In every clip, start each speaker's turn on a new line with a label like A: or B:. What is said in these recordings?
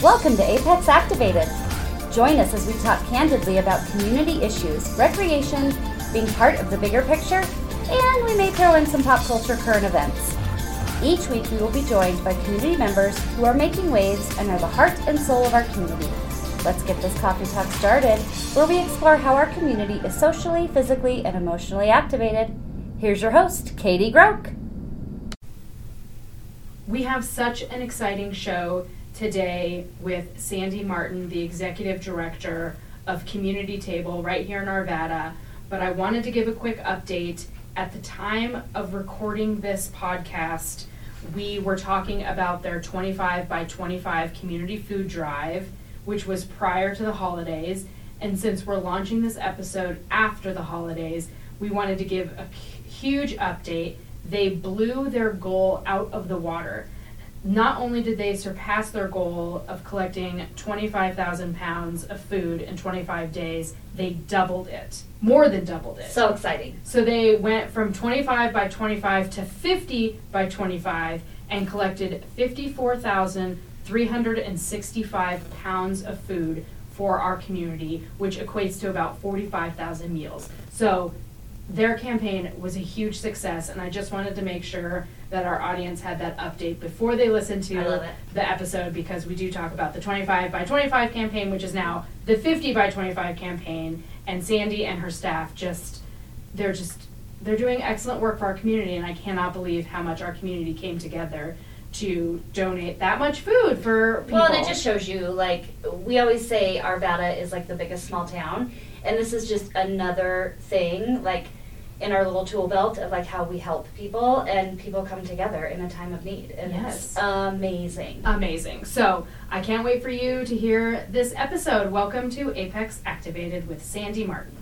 A: Welcome to Apex Activated. Join us as we talk candidly about community issues, recreation, being part of the bigger picture, and we may throw in some pop culture current events. Each week, we will be joined by community members who are making waves and are the heart and soul of our community. Let's get this coffee talk started, where we explore how our community is socially, physically, and emotionally activated. Here's your host, Katie Groke.
B: We have such an exciting show today with Sandy Martin, the executive director of Community Table right here in Arvada. But I wanted to give a quick update. At the time of recording this podcast, we were talking about their 25 by 25 community food drive, which was prior to the holidays. And since we're launching this episode after the holidays, we wanted to give a hu- huge update. They blew their goal out of the water not only did they surpass their goal of collecting 25,000 pounds of food in 25 days, they doubled it. More than doubled it.
C: So exciting.
B: So they went from 25 by 25 to 50 by 25 and collected 54,365 pounds of food for our community, which equates to about 45,000 meals. So their campaign was a huge success, and I just wanted to make sure that our audience had that update before they listened to
C: I love it.
B: the episode because we do talk about the 25 by 25 campaign, which is now the 50 by 25 campaign, and Sandy and her staff just they're just they're doing excellent work for our community, and I cannot believe how much our community came together to donate that much food for people.
C: Well, and it just shows you, like, we always say Arvada is like the biggest small town, and this is just another thing, like, in our little tool belt of like how we help people and people come together in a time of need, and
B: Yes.
C: it's amazing.
B: amazing. So I can't wait for you to hear this episode. Welcome to Apex Activated with Sandy Martin.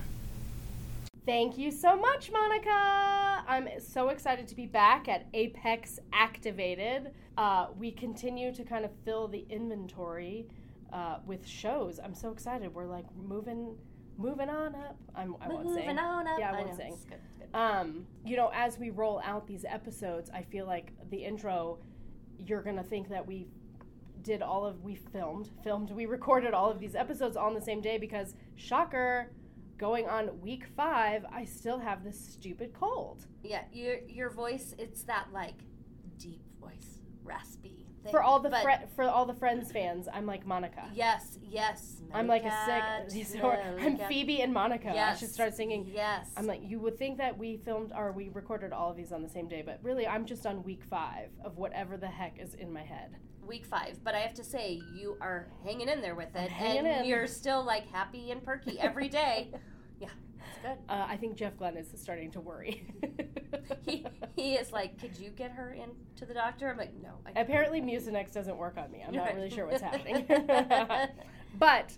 D: Thank you so much, Monica. I'm so excited to be back at Apex Activated. Uh, we continue to kind of fill the inventory uh, with shows. I'm so excited. We're like moving, moving on up. I'm, I won't sing.
C: Moving on up.
D: Yeah, I won't
C: know,
D: sing.
C: it's good, it's good.
D: Um, you know, as we roll out these episodes, I feel like the intro, you're gonna think that we did all of we filmed, filmed, we recorded all of these episodes on the same day because shocker, going on week five, I still have this stupid cold.
E: Yeah, your your voice, it's that like deep voice, raspy. Thing.
D: For all the
E: but
D: fri- for all the Friends fans, I'm like Monica.
E: Yes, yes.
D: I'm like a
E: Mary
D: sick.
E: Kat, yeah, Mary
D: I'm
E: Kat.
D: Phoebe and Monica. I
E: Yes,
D: should start singing.
E: Yes.
D: I'm like, you would think that we filmed or we recorded all of these on the same day, but really, I'm just on week five of whatever the heck is in my head.
E: week five, but I have to say you are hanging in there with it,
D: hanging
E: and
D: in.
E: you're still like happy and perky every day. yeah, it's good.
D: Uh, I think Jeff Glenn is starting to worry.
E: He he is like, could you get her in to the doctor? I'm like, no. I
D: Apparently, Mucinex doesn't work on me. I'm not really sure what's happening.
E: That's
D: but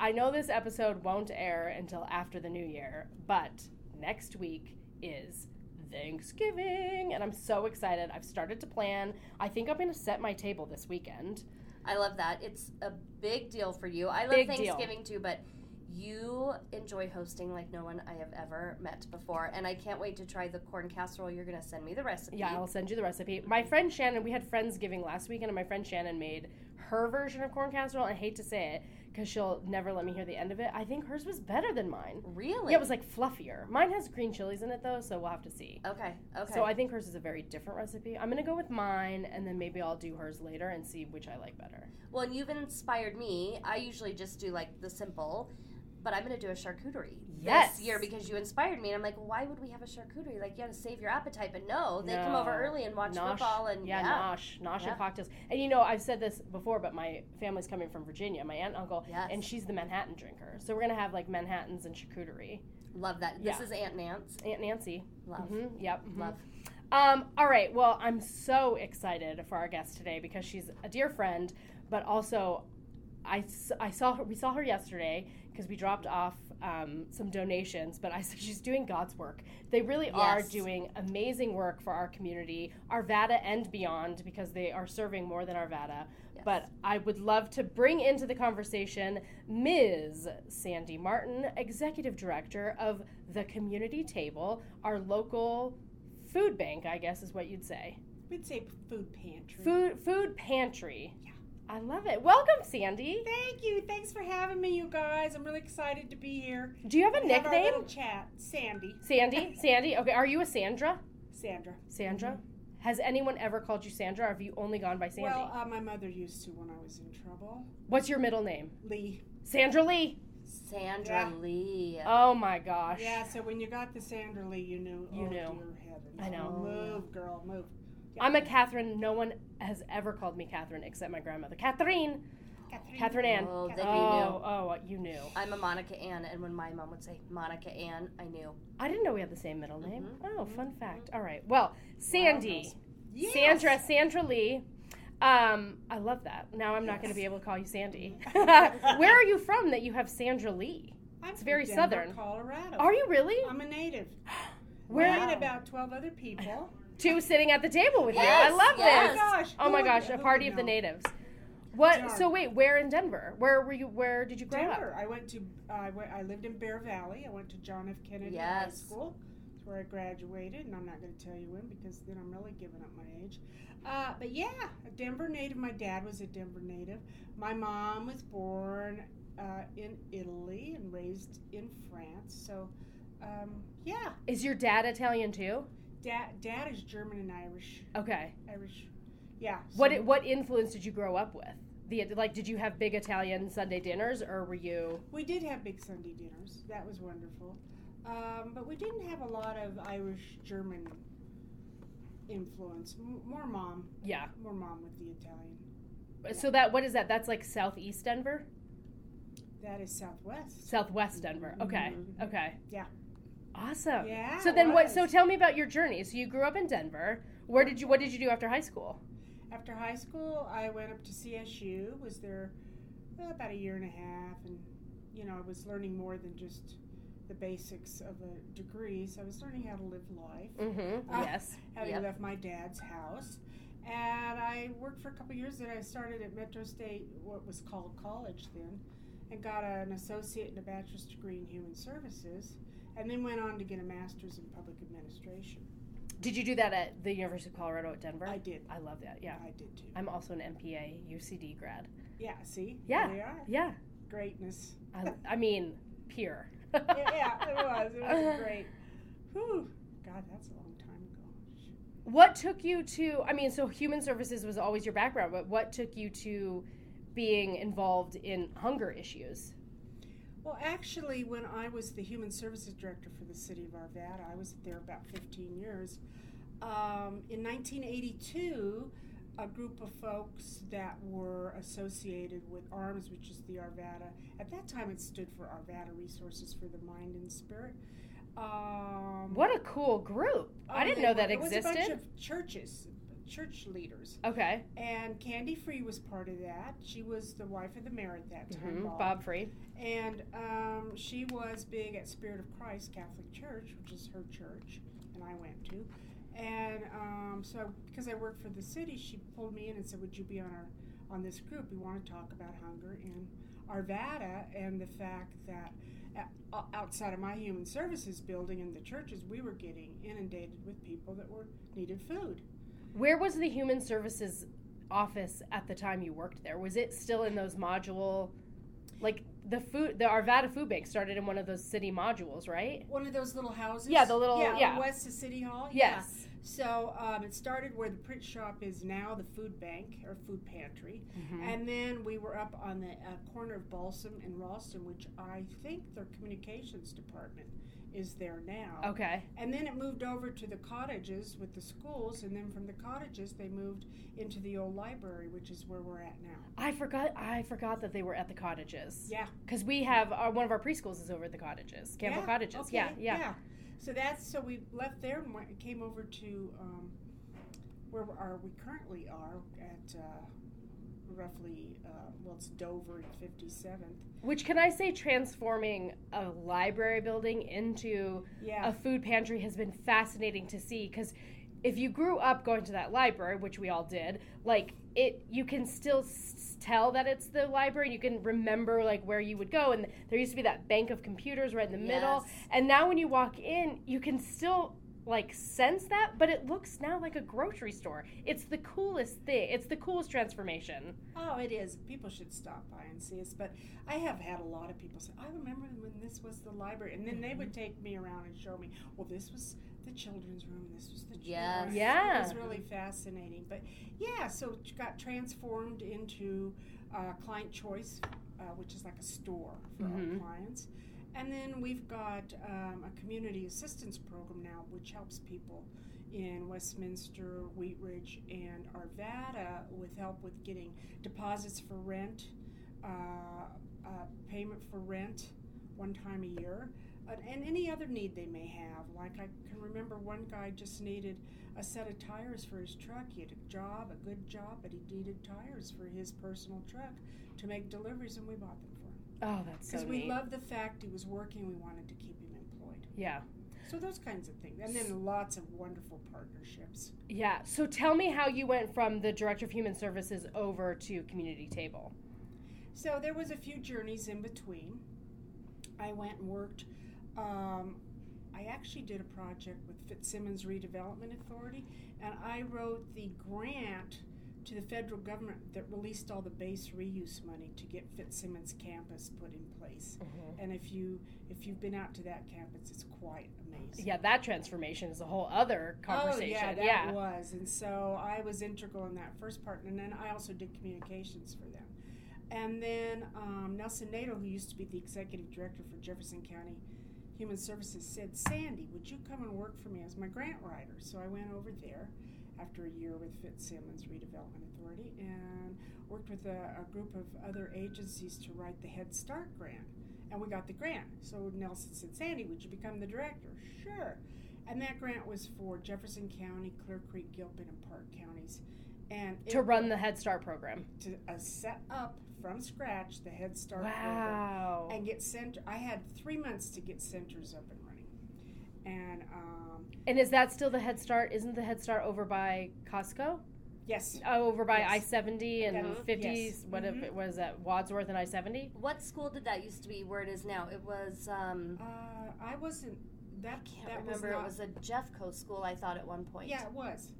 D: I know this episode won't air until after the new year, but next week is Thanksgiving, and I'm so excited. I've started to plan. I think I'm going to set my table this weekend.
E: I love that. It's a big deal for you. I love
D: Big deal.
E: Thanksgiving too, but you enjoy hosting like no one I have ever met before, and I can't wait to try the corn casserole. You're gonna send me the recipe.
D: Yeah, I'll send you the recipe. My friend Shannon, we had Friendsgiving last weekend, and my friend Shannon made her version of corn casserole. I hate to say it because she'll never let me hear the end of it. I think hers was better than mine.
E: Really?
D: Yeah, it was like fluffier. Mine has green chilies in it though, so we'll have to see.
E: okay. Okay.
D: So I think hers is a very different recipe. I'm gonna go with mine, and then maybe I'll do hers later and see which I like better.
E: well, and you've inspired me. I usually just do like the simple, but I'm gonna do a charcuterie
D: Yes.
E: this year because you inspired me. And I'm like, why would we have a charcuterie? Like, you gotta save your appetite. But no, they come over
D: No.
E: early and watch
D: Nosh.
E: football and
D: yeah,
E: yeah.
D: nosh, nosh
E: Yeah.
D: and cocktails. And you know, I've said this before, but my family's coming from Virginia, my aunt, and uncle,
E: Yes.
D: and she's the Manhattan drinker. So we're gonna have like Manhattans and charcuterie.
E: love that.
D: Yeah.
E: This is Aunt Nance.
D: Aunt Nancy.
E: Love.
D: Mhm, Yep. mhm.
E: Love.
D: Um, all right. Well, I'm so excited for our guest today because she's a dear friend, but also I, s- I saw her, we saw her yesterday because we dropped off um, some donations, but I said she's doing God's work. They really are
E: Yes.
D: doing amazing work for our community, Arvada and beyond, because they are serving more than Arvada.
E: Yes.
D: But I would love to bring into the conversation Ms. Sandy Martin, Executive Director of the Community Table, our local food bank, I guess is what you'd say.
F: We'd say food pantry.
D: Food food pantry. I love it. Welcome, Sandy.
F: Thank you. Thanks for having me, you guys. I'm really excited to be here.
D: Do you have a
F: Have our
D: nickname?
F: little chat. Sandy.
D: Sandy, Sandy. Okay, are you a Sandra?
F: Sandra.
D: Sandra. Has anyone ever called you Sandra, or have you only gone by Sandy?
F: Mm-hmm. Well, uh, my mother used to when I was in trouble.
D: What's your middle name?
F: Lee.
D: Sandra Lee.
E: Sandra
F: Yeah.
E: Lee.
D: Oh my gosh.
F: Yeah, so when you got the Sandra Lee, you knew.
D: You knew.
F: oh, Dear heavens.
D: I know.
F: Move, girl, move.
D: I'm a Catherine. No one has ever called me Catherine except my grandmother. Catherine.
F: Catherine.
D: Catherine Ann.
E: Oh, that
D: Oh,
E: you knew.
D: oh, you knew.
E: I'm a Monica Ann, and when my mom would say Monica Ann, I knew.
D: I didn't know we had the same middle name. Oh, fun fact. All right. Well, Sandy.
F: Mm-hmm. Yes.
D: Sandra, Sandra Lee. Um, I love that. Now I'm not going to be able to call you Sandy. Where are you from that you have Sandra Lee?
F: I'm
D: It's
F: from
D: very
F: Denver,
D: southern.
F: Colorado.
D: Are you really?
F: I'm a native.
D: Where
F: Me and about 12 other people. Oh
D: two sitting at the table with
E: Yes,
D: you? I love
E: yes.
D: this.
F: gosh.
D: Oh my
F: who
D: gosh,
F: would-
D: a
F: who
D: party
F: would
D: of the
F: know?
D: natives. What?
F: Darn.
D: So wait, where in Denver? Where were you? Where did you grow
F: Denver.
D: up?
F: I went to I went, I lived in Bear Valley. I went to John F. Kennedy High
E: Yes.
F: School. That's where I graduated, and I'm not going to tell you when because then I'm really giving up my age. Uh, but yeah, a Denver native. My dad was a Denver native. My mom was born uh, in Italy and raised in France. So um, yeah,
D: Is your dad Italian too?
F: dad dad is German and Irish.
D: Okay.
F: Irish. Yeah.
D: What
F: so-
D: what influence did you grow up with? The like, did you have big Italian Sunday dinners, or were you?
F: We did have big Sunday dinners. That was wonderful. Um, but we didn't have a lot of Irish German influence. M- more mom,
D: Yeah.
F: more mom with the Italian.
D: So that what is that? That's like southeast Denver,
F: That is Southwest.
D: southwest Denver. Okay. Okay.
F: Mm-hmm. Yeah.
D: Awesome.
F: Yeah.
D: Oh. So
F: it
D: then what? So
F: was.
D: tell me about your journey. So you grew up in Denver. Where did you? What did you do after high school?
F: After high school, I went up to CSU. Was there uh, about a year and a half, and you know, I was learning more than just the basics of a degree. So I was learning how to live life.
D: Mm-hmm.
F: Ah.
D: yes.
F: having
E: Yep.
F: left my dad's house. And I worked for a couple years. Then I started at Metro State, what was called college then, and got an associate and a bachelor's degree in human services, and then went on to get a master's in public administration.
D: Did you do that at the University of Colorado at Denver?
F: I did.
D: I love that. Yeah.
F: I did too.
D: I'm also an MPA UCD grad.
F: Yeah. See.
D: Yeah.
F: There they are.
D: Yeah.
F: Greatness.
D: I, I mean, pure.
F: yeah, yeah, it was. It was great. Whew. God, that's a long time ago.
D: What took you to? I mean, so human services was always your background, but what took you to being involved in hunger issues?
F: Well, actually, when I was the human services director for the city of Arvada, I was there about 15 years. Um, in 1982, a group of folks that were associated with ARMS, which is the Arvada, at that time it stood for Arvada Resources for the Mind and Spirit. Um,
D: What a cool group! I
F: oh,
D: didn't
F: they
D: know
F: were-
D: that
F: it was a bunch
D: existed.
F: of churches, church leaders,
D: okay,
F: and Candy Free was part of that. She was the wife of the mayor at that time,
D: Mhm.
F: Bob.
D: Bob Free.
F: And um, she was big at Spirit of Christ Catholic Church, which is her church, and I went to. And um, so, because I worked for the city, she pulled me in and said, "Would you be on our on this group? We want to talk about hunger in Arvada and the fact that uh, o- outside of my human services building in the churches, we were getting inundated with people that were needed food."
D: Where was the human services office at the time you worked there? Was it still in those module, like the food, the Arvada food bank started in one of those city modules, right?
F: One of those little houses.
D: Yeah, the little- yeah.
F: west of City
D: Oh,
F: Hall. yeah.
D: Yes.
F: So um, it started where the print shop is now, the food bank or food pantry, and then we were up on the uh, corner of Balsam and Ralston, which I think their communications department is there now.
D: Okay.
F: And then it moved over to the cottages with the schools, and then from the cottages they moved into the old library, which is where we're at now.
D: I forgot. I forgot that they were at the cottages.
F: Yeah.
D: Because we have our, one of our preschools is over at the cottages, Campbell
F: Yeah,
D: Cottages.
F: okay,
D: Yeah, yeah.
F: So that's so we left there and went, came over to um, where are we currently are at uh, roughly uh, well it's Dover and Fifty Seventh.
D: Which can I say, transforming a library building into
F: Yeah,
D: a food pantry has been fascinating to see because if you grew up going to that library which we all did like it you can still s- tell that it's the library you can remember like where you would go and there used to be that bank of computers right in the middle
E: Yes.
D: and now when you walk in you can still like sense that, but it looks now like a grocery store. It's the coolest thing. It's the coolest transformation.
F: Oh, it is. People should stop by and see us. But I have had a lot of people say, I remember when this was the library. And then they would take me around and show me, well, this was the children's room, this was the
E: Yes.
F: children's
D: Yeah.
F: It was really fascinating. But yeah, so it got transformed into uh, Client Choice, uh, which is like a store for
D: Mhm.
F: our clients. And then we've got um, a community assistance program now, which helps people in Westminster, Wheat Ridge, and Arvada with help with getting deposits for rent, uh, uh, payment for rent one time a year, and, and any other need they may have. Like I can remember one guy just needed a set of tires for his truck. He had a job, a good job, but he needed tires for his personal truck to make deliveries, and we bought them for him.
D: Oh, that's so
F: Because
D: neat.
F: we loved the fact he was working, we wanted to keep him employed.
D: yeah.
F: So those kinds of things. And then lots of wonderful partnerships.
D: Yeah. So tell me how you went from the director of human services over to community table.
F: So there was a few journeys in between. I went and worked. Um, I actually did a project with Fitzsimmons Redevelopment Authority, and I wrote the grant to the federal government that released all the base reuse money to get Fitzsimmons campus put in place. And if you if you've been out to that campus, it's quite amazing.
D: Yeah, that transformation is a whole other conversation.
F: Oh, yeah, that
D: yeah.
F: was. And so I was integral in that first part. And then I also did communications for them. And then um, Nelson Nato, who used to be the executive director for Jefferson County Human Services, said, Sandy, would you come and work for me as my grant writer? So I went over there after a year with Fitzsimmons Redevelopment Authority and worked with a, a group of other agencies to write the Head Start grant. And we got the grant. So Nelson said, Sandy, would you become the director? Sure. And that grant was for Jefferson County, Clear Creek, Gilpin, and Park counties. And it
D: To run the Head Start program.
F: to uh, set up from scratch the Head Start program
D: Wow.
F: and get center. I had three months to get centers up and running, and um,
D: And is that still the Head Start? Isn't the Head Start over by Costco?
F: yes,
D: Oh, over by
F: Yes. Uh-huh.
D: I seventy and
F: Yes.
D: fifties.
F: Yes.
D: What if
F: Mhm.
D: it was that Wadsworth and I seventy?
E: What school did that used to be? Where it is now? It was. Um,
F: uh, I wasn't. That
E: can't
F: that
E: remember.
F: was not.
E: it was a Jeffco school. I thought at one point.
F: yeah, it was.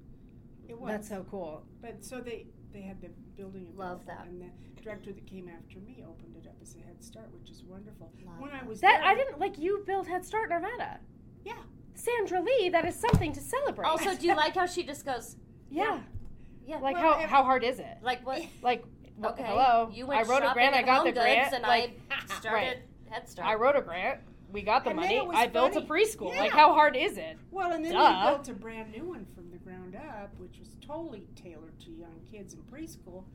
F: It was.
D: That's so cool.
F: But so they they had the building.
E: Love
F: available,
E: that.
F: And the director that came after me opened it up as a Head Start, which is wonderful.
E: Love
F: when I was
D: That
F: there,
D: I didn't like. You built Head Start Nevada.
F: Yeah.
D: Sandra Lee, that is something to celebrate.
E: Also, do you like how she just goes?
D: yeah.
E: Yeah.
D: Like
F: Well,
D: how
F: if-
D: how hard is it?
E: Like what?
D: Like wh-
E: Okay.
D: hello.
E: You went
D: I wrote a
E: shopping
D: grant. I
E: at
D: got
E: Home
D: the
E: Goods
D: grant.
E: and
D: like
E: I started
D: right.
E: Head
D: I
E: Start.
D: wrote a grant. We got the
F: And then
D: money.
F: it was
D: I built a
F: funny.
D: preschool. Like
F: Yeah.
D: how hard is it?
F: Well, and then
D: Duh.
F: we built a brand new one from the ground up, which was totally tailored to young kids in preschool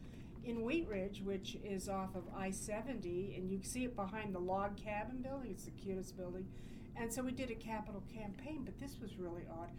F: in Wheat Ridge, which is off of I 70, and you can see it behind the log cabin building. It's the cutest building. And so we did a capital campaign, but this was really odd.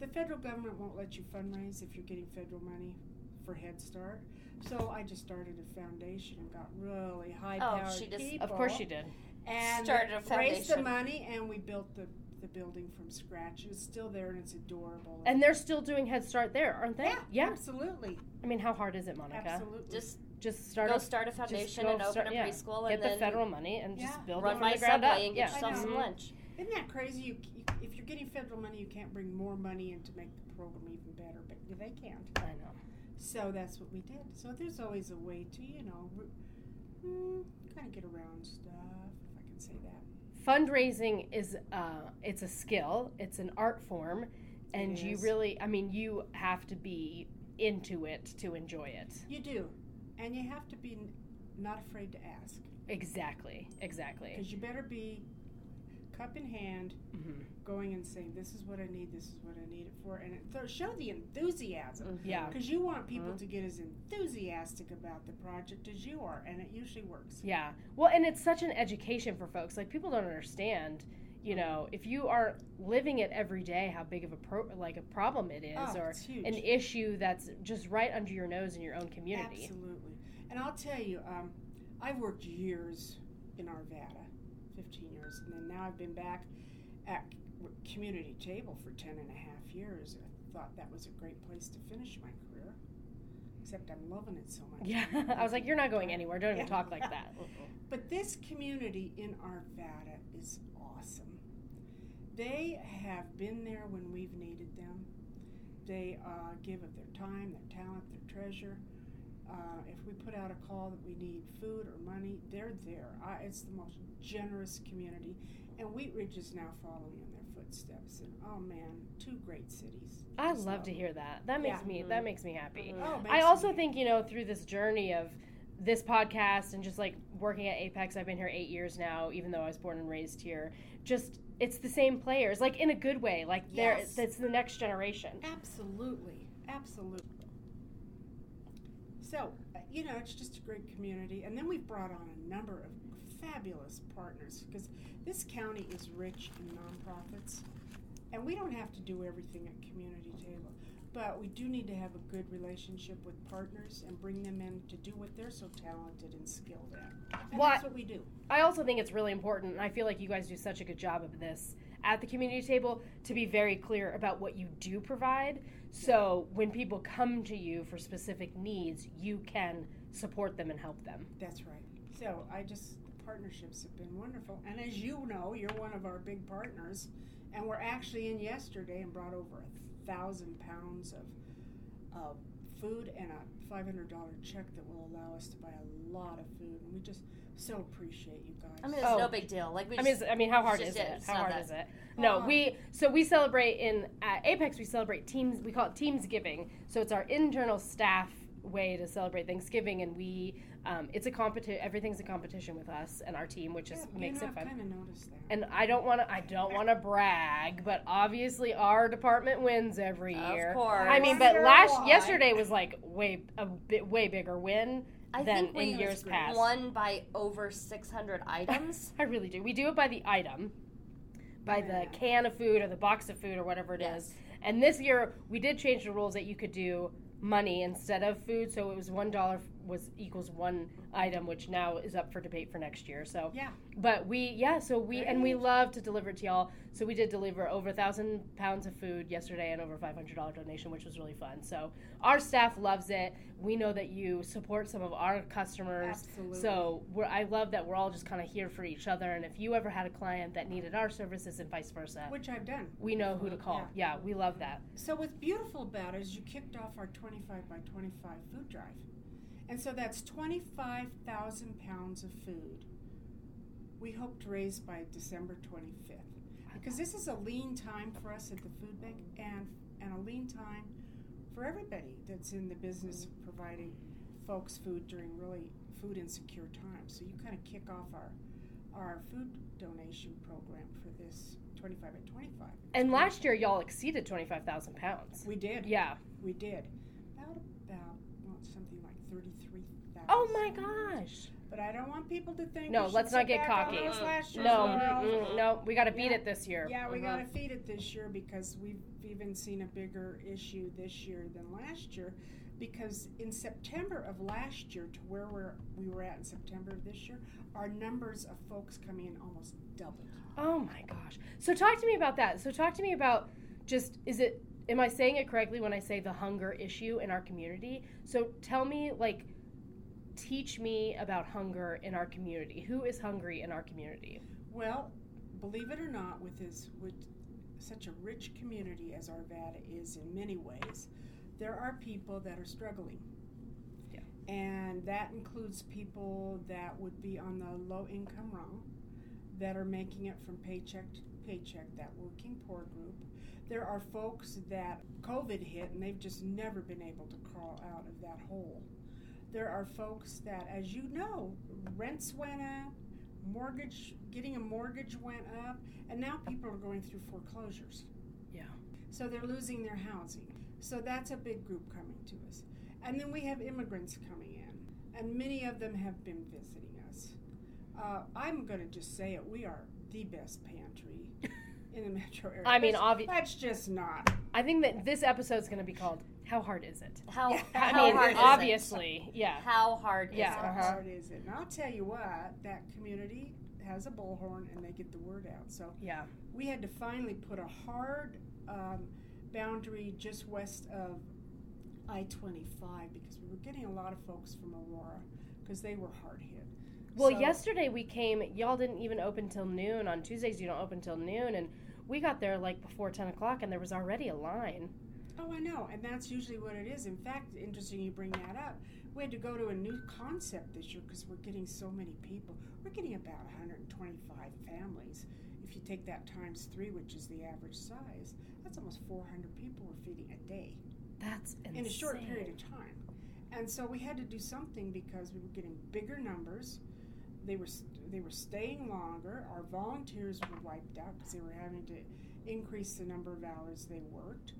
F: The federal government won't let you fundraise if you're getting federal money for Head Start. So I just started a foundation and got really high powered
E: Oh, she just- of
F: people
D: Of course you did.
F: and
E: Started a
F: raised the
E: foundation.
F: money and we built the, the building from scratch. It's still there and it's adorable.
D: And they're still doing Head Start there, aren't they?
F: yeah,
D: Yeah.
F: absolutely,
D: I mean, how hard is it, Monica?
F: absolutely.
E: Just
D: Just start
E: go
D: a
E: start a foundation
D: go
E: and open
D: start-
E: a
D: yeah.
E: preschool
D: get
E: and then
D: the federal money and
F: Yeah.
D: just build it
E: run
D: from
E: by
D: the ground up.
E: Subway and get
D: yeah.
E: yourself some
D: Mhm.
E: lunch.
F: Isn't that crazy? You, you, if you're getting federal money, you can't bring more money in to make the program even better, but they can't.
D: I know.
F: So that's what we did. So there's always a way to, you know, kind of get around stuff, if I can say that.
D: Fundraising is uh, it's a skill. It's an art form, and
F: It
D: you
F: is.
D: really, I mean, you have to be into it to enjoy it.
F: You do, and you have to be n- not afraid to ask,
D: Exactly. Exactly.
F: because you better be cup in hand.
D: hmm
F: going and saying, "This is what I need. This is what I need it for," and it th- show the enthusiasm
D: Yeah.
F: because you want people
D: Uh-huh.
F: to get as enthusiastic about the project as you are, and it usually works.
D: Yeah. Well, and it's such an education for folks. Like people don't understand. You know, if you are living it every day, how big of a pro- like a problem it is,
F: oh,
D: or
F: it's huge.
D: an issue that's just right under your nose in your own community.
F: Absolutely. And I'll tell you, um, I've worked years in Arvada, 15 years, and then now I've been back at c- w- Community Table for 10 and a half years. I thought that was a great place to finish my career, except I'm loving it so much.
D: Yeah. I was like, you're not going anywhere. Don't even
F: Yeah.
D: talk like that.
F: But this community in Arvada is awesome. They have been there when we've needed them. They uh, give of their time, their talent, their treasure. Uh, if we put out a call that we need food or money, they're there. I, it's the most generous community. And Wheat Ridge is now following in their footsteps. And oh man, two great cities.
D: I
F: Just
D: love to hear that. That makes
F: Yeah.
D: me that makes me happy.
F: it. Oh,
D: I
F: makes
D: also
F: me-
D: think, you know, through this journey of this podcast and just like working at Apex, I've been here eight years now, even though I was born and raised here. Just it's the same players, like in a good way. Like they're
F: Yes.
D: it's the next generation.
F: Absolutely, absolutely. So, uh, you know, it's just a great community. And then we've brought on a number of fabulous partners because this county is rich in nonprofits. And we don't have to do everything at community table, but we do need to have a good relationship with partners and bring them in to do what they're so talented and skilled at. And
D: Why-
F: that's what we do.
D: I also think it's really important, and I feel like you guys do such a good job of this at the community table to be very clear about what you do provide. So when people come to you for specific needs, you can support them and help them.
F: That's right. So I just the partnerships have been wonderful, and as you know, you're one of our big partners, and we're actually in yesterday and brought over a thousand pounds of of food and a five hundred dollar check that will allow us to buy a lot of food, and we just so appreciate you guys.
E: I mean, it's
D: Oh.
E: no big deal. Like we
D: I
E: just,
D: mean, it's- I mean, how hard
E: it's
D: is
E: just
D: it?
E: it. It's
D: How
E: not
D: hard
E: that- Um,
D: is it? No,
F: Oh.
D: we so we celebrate in at Apex. We celebrate teams. We call it Teams Giving. So it's our internal staff way to celebrate Thanksgiving, and we um, it's a competition. Everything's a competition with us and our team, which just
F: Yeah,
D: makes
F: you know,
D: it fun.
F: I've kind of noticed that.
D: And I don't want to. I don't want to brag, but obviously our department wins every year.
E: Of course.
D: I mean, but
F: Wonder
D: last
F: why.
D: yesterday was like way a bit way bigger win
E: I
D: than
E: think we
D: in years past.
E: won by over 600 items.
D: I really do. We do it by the item, by
F: Yeah.
D: the can of food or the box of food or whatever it is. And this year we did change the rules that you could do money instead of food, so it was one dollar was equals one item, which now is up for debate for next year. So
F: Yeah.
D: but we yeah, so we and we love to deliver to y'all. So we did deliver over a thousand pounds of food yesterday and over five hundred dollar donation, which was really fun. So our staff loves it. We know that you support some of our customers.
F: Absolutely.
D: So we're, I love that we're all just kind of here for each other. And if you ever had a client that needed our services and vice versa,
F: which I've done.
D: we know who to call. Yeah, we love that.
F: So what's beautiful about it is you kicked off our 25 by 25 food drive. And so that's 25,000 pounds of food we hope to raise by December 25th. Because this is a lean time for us at the food bank and, and a lean time for everybody that's in the business of providing folks food during really food insecure times. So you kind of kick off our, our food donation program for this 25 by 25.
D: And last year, y'all exceeded twenty five thousand pounds.
F: We did.
D: Yeah.
F: We did. About about well, something like thirty-three thousand.
D: Oh my gosh.
F: But I don't want people to think.
D: No,
F: we should
D: let's not
F: sit
D: get
F: back on
D: cocky. Mm-hmm.
F: those last year's
D: No, Mm-hmm.
F: numbers.
D: mm-mm, no, we got to beat
F: Yeah.
D: it this year.
F: Yeah, we
E: Mhm.
F: gotta feed it this year because we've even seen a bigger issue this year than last year. Because in September of last year to where we're, we were at in September of this year, our numbers of folks coming in almost doubled.
D: Oh my gosh. So talk to me about that. So talk to me about just is it am I saying it correctly when I say the hunger issue in our community? So tell me like teach me about hunger in our community. Who is hungry in our community?
F: Well, believe it or not, with this with such a rich community as Arvada is in many ways, there are people that are struggling.
D: Yeah.
F: And that includes people that would be on the low income rung, that are making it from paycheck to paycheck, that working poor group. There are folks that COVID hit and they've just never been able to crawl out of that hole. There are folks that, as you know, rents went up, mortgage, getting a mortgage went up, and now people are going through foreclosures.
D: Yeah.
F: So they're losing their housing. So that's a big group coming to us. And then we have immigrants coming in, and many of them have been visiting us. Uh, I'm going to just say it we are the best pantry in the metro area.
D: I mean,
F: That's-
D: obvi-
F: That's just not.
D: I think that this episode's going to be called how hard is it?
E: How,
F: Yeah.
E: how
D: I mean,
E: hard is
D: obviously.
E: it?
D: Yeah.
E: How hard
D: Yeah,
E: is
F: How
E: it?
D: uh-huh.
F: hard is it? And I'll tell you what, that community has a bullhorn and they get the word out. So
D: Yeah.
F: we had to finally put a hard um, boundary just west of I 25 because we were getting a lot of folks from Aurora because they were hard hit.
D: Well,
F: So-
D: yesterday we came. Y'all didn't even open till noon on Tuesdays. You don't open till noon, and We got there like before 10 o'clock and there was already a line.
F: Oh, I know, and that's usually what it is. In fact, interesting you bring that up. We had to go to a new concept this year because we're getting so many people. We're getting about 125 families. If you take that times three, which is the average size, that's almost 400 people we're feeding a day
D: That's insane.
F: in a short period of time. And so we had to do something because we were getting bigger numbers. They were st- they were staying longer. Our volunteers were wiped out because they were having to increase the number of hours they worked.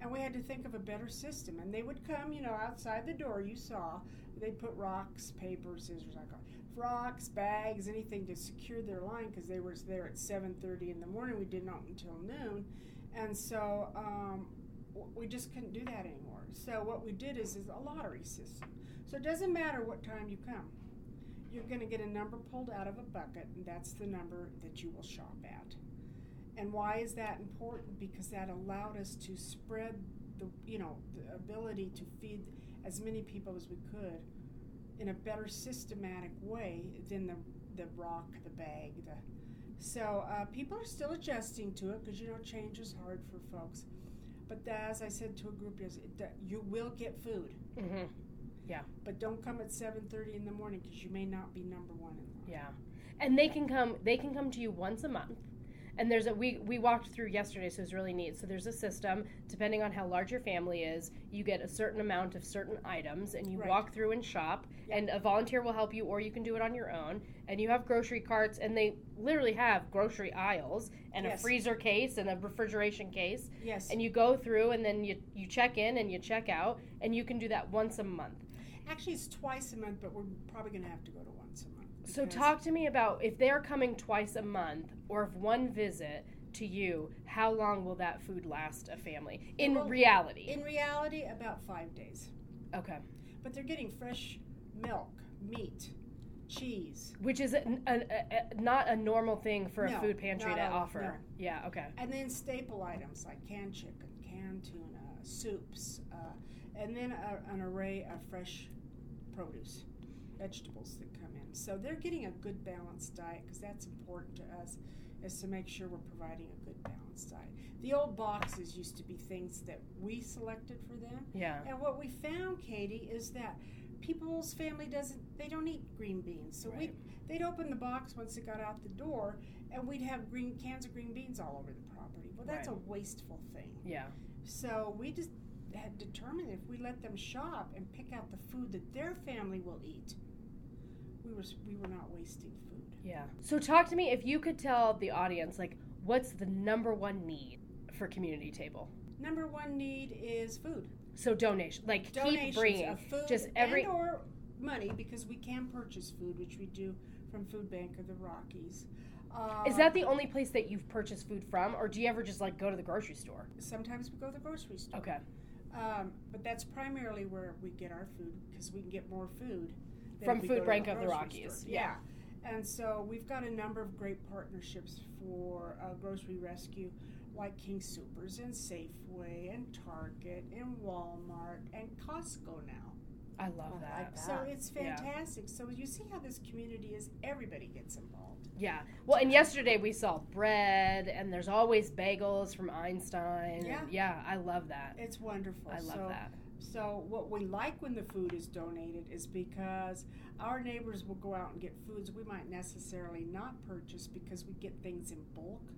F: And we had to think of a better system. And they would come, you know, outside the door. You saw they put rocks, paper, scissors, like rocks, bags, anything to secure their line because they were there at 7:30 in the morning. We didn't open until noon, and so um, w- we just couldn't do that anymore. So what we did is is a lottery system. So it doesn't matter what time you come. You're going to get a number pulled out of a bucket, and that's the number that you will shop at. And why is that important? Because that allowed us to spread the, you know, the ability to feed as many people as we could in a better systematic way than the, the rock, the bag, the. So uh, people are still adjusting to it because you know change is hard for folks. But tha- as I said to a group, is it, that you will get food,
D: Mm-hmm.
F: but don't come at seven thirty in the morning because you may not be number one in line.
D: Yeah, and they can come. They can come to you once a month. And there's a we we walked through yesterday, so it's really neat. So there's a system. Depending on how large your family is, you get a certain amount of certain items, and you
F: Right.
D: walk through and shop.
F: Yeah.
D: And a volunteer will help you, or you can do it on your own. And you have grocery carts, and they literally have grocery aisles and
F: Yes.
D: a freezer case and a refrigeration case.
F: Yes,
D: And you go through, and then you you check in and you check out, and you can do that once a month.
F: actually it's twice a month, but we're probably going to have to go to once a month.
D: So
F: because-
D: talk to me about if they're coming twice a month or if one visit to you, how long will that food last a family in
F: Well,
D: reality?
F: In reality, about five days,
D: okay.
F: but they're getting fresh milk, meat, cheese,
D: Which is an, an, a, a, not a normal thing for
F: No,
D: a food pantry
F: not
D: to
F: all-
D: offer. Yeah, okay.
F: and then staple items like canned chicken, canned tuna, soups, uh, and then a, an array of fresh produce, vegetables that come in. So they're getting a good balanced diet because that's important to us, is to make sure we're providing a good balanced diet. The old boxes used to be things that we selected for them.
D: Yeah.
F: And what we found, Katie, is that people's family doesn't they don't eat green beans. So we they'd open the box once it got out the door and we'd have green cans of green beans all over the property. Well that's a wasteful thing.
D: Yeah.
F: So we just had determined if we let them shop and pick out the food that their family will eat, we were s- we were not wasting food.
D: Yeah. So talk to me if you could tell the audience like what's the number one need for community table?
F: Number one need is food.
D: So donation, like
F: Donations
D: keep bringing.
F: of food
D: just every-
F: and or money because we can purchase food, which we do from Food Bank of the Rockies. Uh,
D: Is that the only place that you've purchased food from or do you ever just like go to the grocery store?
F: sometimes we go to the grocery store?
D: Okay.
F: Um, but that's primarily where we get our food because we can get more food than
D: From
F: if we
D: Food
F: go to
D: Bank of the
F: grocery
D: Rockies,
F: store.
D: yeah.
F: And so we've got a number of great partnerships for uh, grocery rescue, like King Supers and Safeway and Target and Walmart and Costco now.
D: I love
E: Oh,
D: that.
E: I bet.
F: So it's
D: Yeah.
F: fantastic. So you see how this community is, everybody gets involved.
D: Yeah. Well, and yesterday we saw bread, and there's always bagels from Einstein.
F: Yeah.
D: and yeah, I love that.
F: It's wonderful.
D: I love
F: so,
D: that.
F: So what we like when the food is donated is because our neighbors will go out and get foods we might necessarily not purchase because we get things in bulk.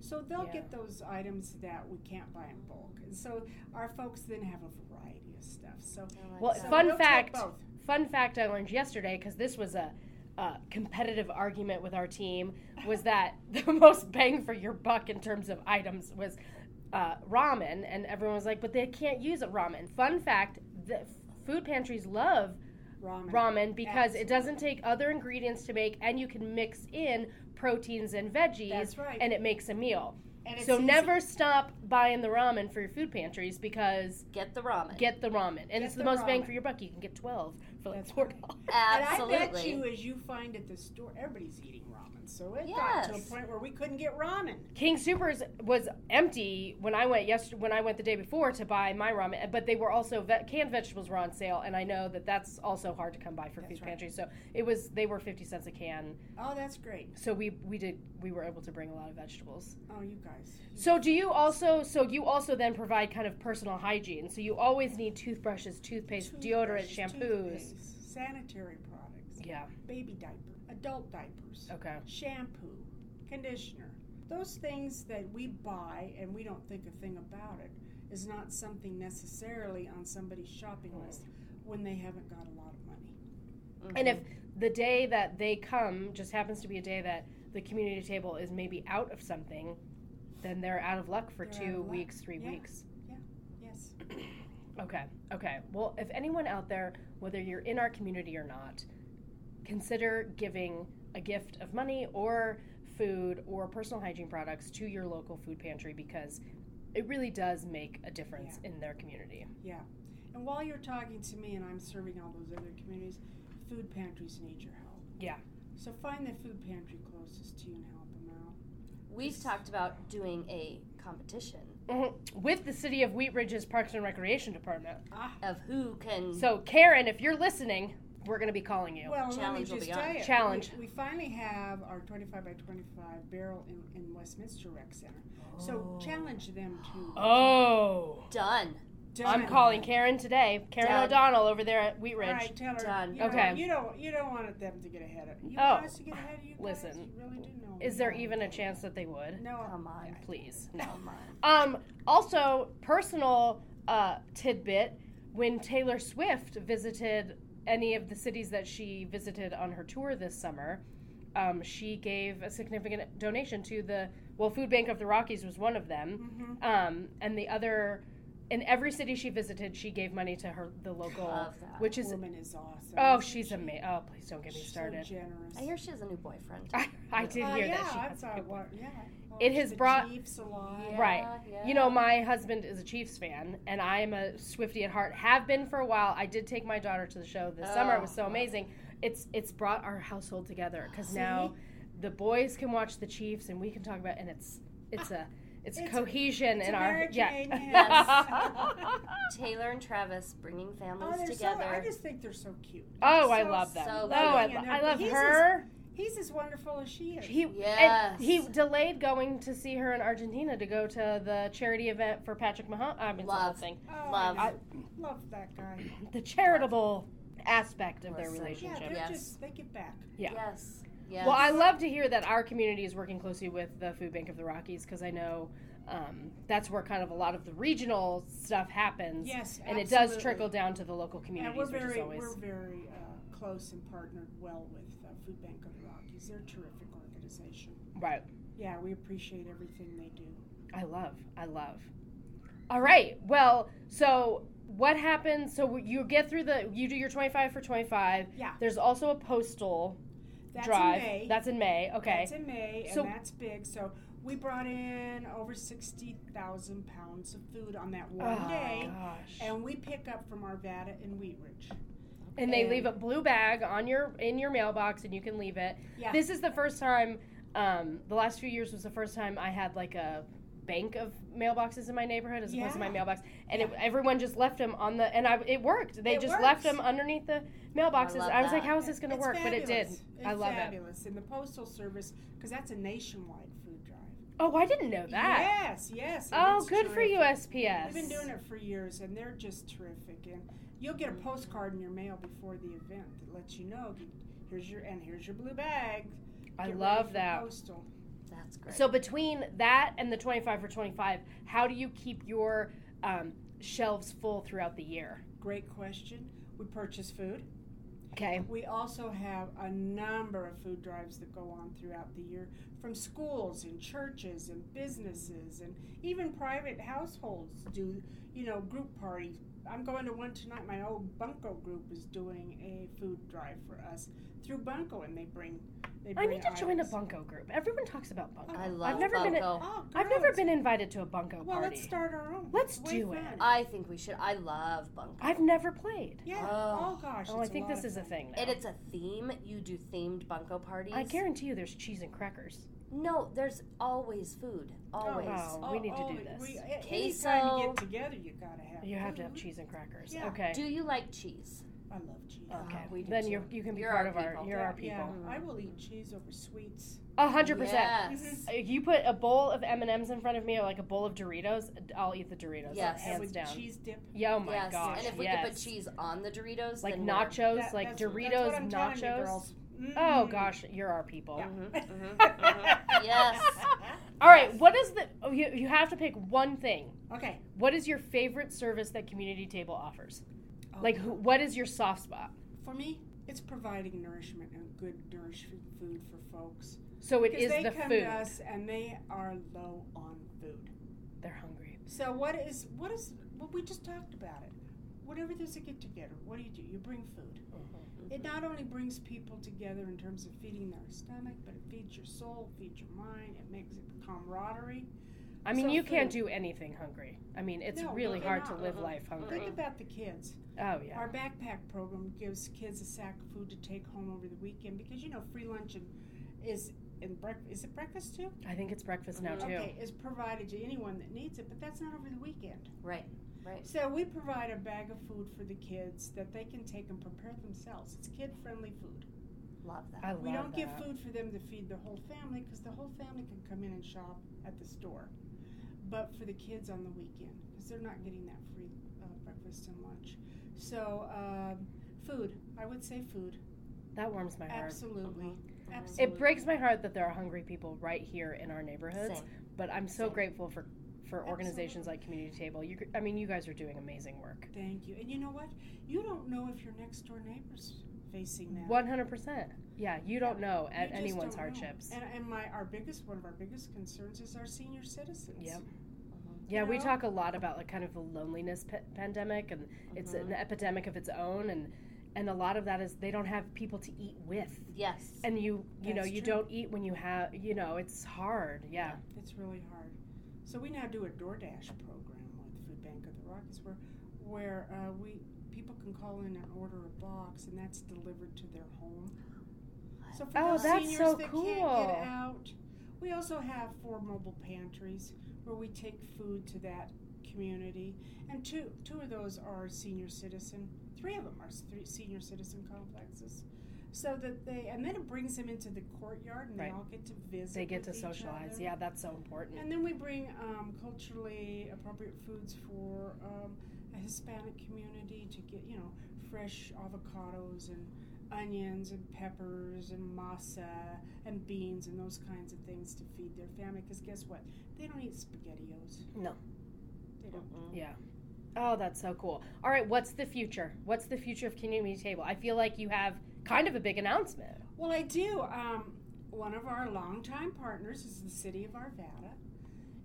F: So they'll
D: Yeah.
F: get those items that we can't buy in bulk. And so our folks then have a variety of stuff. So,
E: I like
D: Well,
E: that.
F: so
D: fun
F: we'll take
D: fact.
F: both.
D: Fun fact I learned yesterday because this was a, a competitive argument with our team was that the most bang for your buck in terms of items was uh, ramen, and everyone was like, but they can't use a ramen. Fun fact the f- food pantries love
F: Ramen.
D: ramen because it doesn't take other ingredients to make, and you can mix in proteins and veggies,
F: That's right.
D: and it makes a meal.
F: And it's
D: So
F: easy.
D: never stop buying the ramen for your food pantries because
E: Get the ramen.
D: get the ramen, and
F: Get
D: it's the,
F: the
D: most bang
F: ramen.
D: for your buck. You can get twelve for like
F: That's
D: four
F: right.
D: dollars.
F: And
E: Absolutely.
F: I bet you, as you find at the store, everybody's eating ramen. ramen. So it got to a
A: Yes.
F: point where we couldn't get ramen.
D: King Supers was empty when I went yesterday, when I went the day before to buy my ramen, eh, but they were also ve- canned vegetables were on sale, and I know that that's also hard to come by for
F: That's
D: food
F: right.
D: pantries. So it was they were fifty cents a can.
F: Oh, that's great.
D: So we we did we were able to bring a lot of vegetables.
F: Oh, you guys.
D: So do you also so you also then provide kind of personal hygiene? So you always need toothbrushes, toothpaste, deodorant,
F: Toothbrushes,
D: shampoos.
F: toothpaste, sanitary products,
D: Yeah.
F: baby diaper, adult diapers,
D: Okay.
F: shampoo, conditioner. Those things that we buy and we don't think a thing about it is not something necessarily on somebody's shopping
D: Oh.
F: list when they haven't got a lot of money.
D: And if the day that they come just happens to be a day that the community table is maybe out of something, then they're out of luck for
F: They're out
D: two
F: of luck.
D: weeks, three
F: Yeah.
D: weeks.
F: Yes.
D: Okay, okay. Well, if anyone out there, whether you're in our community or not, consider giving a gift of money or food or personal hygiene products to your local food pantry because it really does make a difference in their community.
F: And while you're talking to me and I'm serving all those other communities, food pantries need your help.
D: Yeah.
F: So find the food pantry closest to you and help them out.
E: We've talked about doing a competition
D: Mm-hmm. With the city of Wheat Ridge's Parks and Recreation Department.
E: of who can.
D: So, Karen, if you're listening, we're going to be calling you.
F: Well, let me
E: Challenge will
F: just
E: be
F: tell
E: on.
F: you,
D: Challenge.
F: We, we finally have our 25 by 25 barrel in, in Westminster Rec Center.
E: Oh.
F: So challenge them to.
D: Oh,
E: Done.
F: do
D: I'm
F: it.
D: calling Karen today. Karen
E: Done.
D: O'Donnell over there at Wheat
F: All
D: Ridge.
F: right, Taylor.
E: Done.
F: You don't-
D: Okay.
F: you don't you don't want them to get ahead of you.
D: Oh.
F: Want us to get ahead of you. Guys?
D: Listen,
F: You really do know.
D: Is there even a chance that they would?
F: No.
E: Come on.
D: Please. No.
E: Come on.
D: Um, also, personal uh, tidbit when Taylor Swift visited any of the cities that she visited on her tour this summer, um, she gave a significant donation to the, well, Food Bank of the Rockies was one of them.
F: Mhm.
D: Um, and the other, in every city she visited, she gave money to her the local,
E: Love that.
D: which is
F: woman is awesome.
D: oh, she's amazing. Oh, please don't get me
F: She's
D: started.
F: So generous.
E: I hear she has a new boyfriend.
D: I, I did
F: Uh,
D: hear
F: yeah,
D: that she.
F: I
D: Has
F: saw
D: a
F: it.
D: good
F: wa- Yeah. I
D: It
F: watched
D: has
F: the
D: brought-
F: Chiefs a lot.
E: Yeah,
D: Right.
E: yeah.
D: You know, my husband is a Chiefs fan, and I am a Swifty at heart. Have been for a while. I did take my daughter to the show this summer. It was so
E: Oh.
D: amazing. It's it's brought our household together because now the boys can watch the Chiefs and we can talk about, and it's it's a it's,
F: Ah, It's-
D: cohesion
F: it's
D: in our
F: American,
D: yeah.
F: yes.
E: Taylor and Travis bringing
F: Oh,
E: families
F: they're so, I
E: together.
F: just think they're so cute.
D: Oh, I
F: So-
D: love them.
E: so
D: oh, I,
F: lovely.
D: lo-
F: And
D: I
F: they're-
D: love
F: he's
D: her.
F: He's as wonderful as she is.
D: He and
E: Yes.
D: he delayed going to see her in Argentina to go to the charity event for Patrick Mahomes. I mean,
E: Love.
D: something.
F: Oh, I
E: Love.
F: know. love that guy.
D: The charitable aspect of their
E: Listen. Yeah,
F: Yeah,
D: relationship.
F: they're
E: Yes.
F: just they give back.
D: yeah.
E: Yes. Yes.
D: Well, I love to hear that our community is working closely with the Food Bank of the Rockies because I know um, that's where kind of a lot of the regional stuff happens.
F: Yes,
D: And it
F: absolutely.
D: does trickle down to the local
F: And
D: communities,
F: we're
D: which is
F: very
D: always.
F: we're very uh, close and partnered well with uh, Food Bank of the Rockies. They're a terrific organization.
D: Right.
F: Yeah, we appreciate everything they do.
D: I love. I love. All right. Well, so what happens? So you get through the. You do your 25 for 25.
F: Yeah.
D: There's also a postal
F: That's
D: drive.
F: in May.
D: That's in May. Okay.
F: That's in May,
D: So-
F: and that's big. So we brought in over sixty thousand pounds of food on that one
D: oh,
F: day,
D: gosh.
F: and we pick up from Arvada and Wheat Ridge.
D: and they
F: And-
D: leave a blue bag on your in your mailbox and you can leave it
F: Yeah.
D: this is the first time um, the last few years was the first time i had like a bank of mailboxes in my neighborhood as opposed to my
F: Yeah.
D: mailbox and it, everyone just left them on the and I, it worked they
F: It
D: just left
F: works.
D: them underneath the mailboxes
E: love
D: i, was like
E: that.
D: how is this going to
F: It's
D: work but it did
F: fabulous.
D: i
F: It's
D: love it
F: fabulous. And the Postal Service, because that's a nationwide food drive.
D: oh i didn't know that
F: Yes, yes. and
D: oh
F: it's
D: good for
F: terrific.
D: usps
F: We've been doing it for years, and they're just terrific. And you'll get a postcard in your mail before the event that lets you know that here's your and here's your blue bag.
D: i
F: Get ready
D: love
F: for oh,
D: that
F: Postal.
E: That's great.
D: So between that and the 25 for 25, how do you keep your um, shelves full throughout the year?
F: Great question. We purchase food.
D: Okay.
F: We also have a number of food drives that go on throughout the year from schools and churches and businesses and even private households do, you know, group party I'm going to one tonight. My old Bunko group is doing a food drive for us through Bunko, and they bring. They
D: I
F: bring
D: need to join a
F: items.
D: bunko group. Everyone talks about bunko.
E: I love
D: never been
E: Bunko.
F: Oh,
D: I've never
F: girls.
D: been invited to a bunko
F: Well,
D: party.
F: let's start our own.
D: Let's
F: It's way
D: do it. Uh,
F: fun.
E: I think we should. I love Bunko.
D: I've never played.
F: Yeah.
E: Oh.
F: Oh, gosh.
D: Oh, I
F: it's a
D: think
F: lot
D: this
F: of
D: is a
F: fun.
D: thing. Now.
E: And it's a theme. You do themed Bunko parties.
D: I guarantee you, there's cheese and crackers.
E: No, there's always food. Always.
D: Oh, wow. we need to do this.
F: Oh, We, a- anytime you
E: Queso.
F: get together, you gotta have.
D: You have to have
F: food.
D: cheese and crackers.
F: Mm-hmm. Yeah. uh,
D: Okay.
E: Do you like cheese?
F: I love cheese.
E: Oh,
D: okay.
E: we do
D: then
E: too.
D: you you can be
E: You're
D: part
E: our
D: of our
E: people.
D: you're our
F: Yeah,
D: people.
F: I will eat cheese over sweets. Mm-hmm.
D: A hundred percent.
E: Yes.
D: Uh, You put a bowl of M and M's in front of me, or like a bowl of Doritos. I'll eat the Doritos.
E: Yes.
F: and
D: hands
F: with
D: down.
F: cheese dip.
D: Yeah, oh my
E: yes.
D: gosh.
E: And if we
D: yes.
E: could put cheese on the Doritos,
D: like
E: then we're-
D: nachos,
F: That-
D: like
F: that's- that's
D: Doritos
F: what I'm
D: nachos.
F: telling you, girls.
D: Oh Mm-hmm.
F: Mm.
D: gosh, you're our people.
F: Yeah.
E: Mhm, mhm,
F: Mm-hmm.
E: mhm. yes.
D: All right, what is the? oh, You, you have to pick one thing.
F: Okay.
D: What is your favorite service that Community Table offers?
F: Oh,
D: Like, who, what is your soft spot?
F: for me, it's providing nourishment and good nourishing food for folks.
D: So it
F: Because
D: is
F: they
D: the
F: come
D: food.
F: to us and they are low on food.
D: They're hungry.
F: So what is what is what we just talked about it? Whenever there's a get together, what do you do? You bring food. It not only brings people together in terms of feeding their stomach, but it feeds your soul, feeds your mind. It makes it camaraderie.
D: I mean,
F: So
D: you can't
F: food.
D: do anything hungry. I mean, it's
F: No,
D: really
F: they're
D: hard to
F: not.
D: live
E: Mhm.
D: life hungry.
F: Think about the kids.
D: Oh yeah.
F: Our backpack program gives kids a sack of food to take home over the weekend because you know free lunch and is and breakfast is it breakfast too?
D: I think it's breakfast now
E: Mhm.
D: too.
F: Okay, is provided to anyone that needs it, but that's not over the weekend.
E: Right, right.
F: So we provide a bag of food for the kids that they can take and prepare themselves. It's kid-friendly food.
E: Love that.
D: I love
F: we don't
D: that.
F: give food for them to feed the whole family because the whole family can come in and shop at the store, but for the kids on the weekend because they're not getting that free uh, breakfast and lunch. So um, food, I would say food.
D: That warms my heart.
F: Absolutely. Absolutely.
D: Uh-huh. It breaks my heart that there are hungry people right here in our neighborhoods.
E: Same.
D: But I'm so
E: Same.
D: grateful for for organizations like Community Table. You, I mean, you guys are doing amazing work.
F: Thank you. And you know what? You don't know if your next door neighbor's facing that.
D: One hundred percent. Yeah, you don't know
F: You
D: at
F: just don't
D: anyone's
F: know.
D: hardships.
F: And, and my our biggest one of our biggest concerns is our senior citizens.
D: Yep. Yeah,
F: You
D: we
F: know?
D: talk a lot about like kind of the loneliness p- pandemic, and it's
E: Mm-hmm.
D: an
F: Mm-hmm.
D: epidemic of its own, and and a lot of that is they don't have people to eat with,
E: Yes.
D: and you you know
F: That's
D: you
F: true.
D: don't eat when you have you know it's hard. Yeah,
F: It's really hard. So we now do a DoorDash program with Food Bank of the Rockies, where where uh, we people can call in and order a box, and that's delivered to their home. So for
D: Oh,
F: those
D: that's
F: seniors
D: so
F: that can't
D: cool.
F: get out, we also have four mobile pantries where we take food to that community, and two two of those are senior citizen. Three of them are s- three senior citizen complexes. So that they, and then it brings them into the courtyard, and
D: Right.
F: they all get to visit.
D: they get to
F: with each
D: socialize.
F: other.
D: Yeah, that's so important.
F: And then we bring um, culturally appropriate foods for um, a Hispanic community to get, you know, fresh avocados and onions and peppers and masa and beans and those kinds of things to feed their family. Because guess what? They don't eat SpaghettiOs.
D: No.
F: They don't.
D: Oh, that's so cool. All right, what's the future? What's the future of Community Table? I feel like you have kind of a big announcement.
F: Well, I do. Um, one of our longtime partners is the city of Arvada,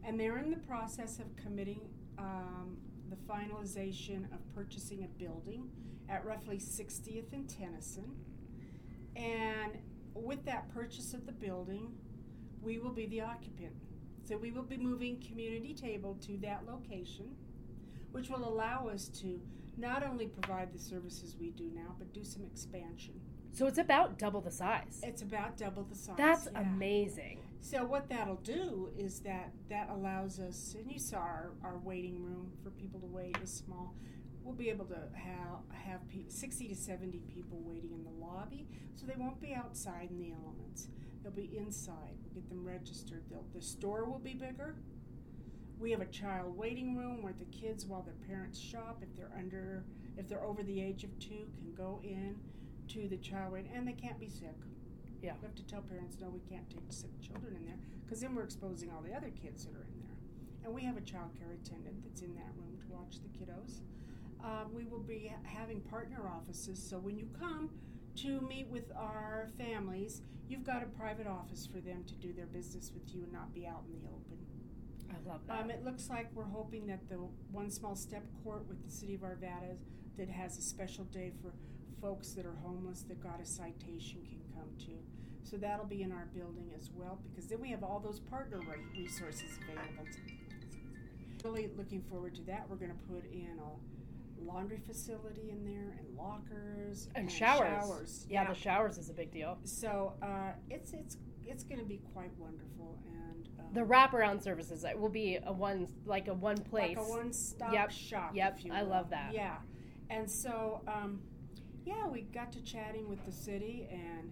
F: and they're in the process of committing um, the finalization of purchasing a building at roughly 60th and Tennyson. And with that purchase of the building, we will be the occupant. So we will be moving Community Table to that location, which will allow us to not only provide the services we do now, but do some expansion.
D: So it's about double the size.
F: It's about double the size.
D: That's
F: yeah.
D: amazing.
F: So what that'll do is that that allows us, and you saw our, our waiting room for people to wait is small. We'll be able to have have pe- sixty to seventy people waiting in the lobby, so they won't be outside in the elements. They'll be inside. We'll get them registered. They'll, the store will be bigger. We have a child waiting room where the kids, while their parents shop, if they're under, if they're over the age of two, can go in to the child wait, and they can't be sick.
D: Yeah.
F: We have to tell parents, no, we can't take sick children in there, because then we're exposing all the other kids that are in there. And we have a child care attendant that's in that room to watch the kiddos. Um, we will be ha- having partner offices, so when you come to meet with our families, you've got a private office for them to do their business with you and not be out in the open.
D: I love
F: Um, it looks like we're hoping that the One Small Step Court with the City of Arvada that has a special day for folks that are homeless that got a citation can come to. So that'll be in our building as well because then we have all those partner re- resources available. To really looking forward to that. We're going to put in a laundry facility in there and lockers
D: And showers.
F: showers.
D: Yeah, the showers is a big deal.
F: so uh, it's it's it's going to be quite wonderful and um,
D: The wraparound services it will be a one like a one place.
F: Like a one stop
D: Yep,
F: shop.
D: yep,
F: if you
D: I
F: will.
D: love that.
F: Yeah. And so, um, yeah, we got to chatting with the city, and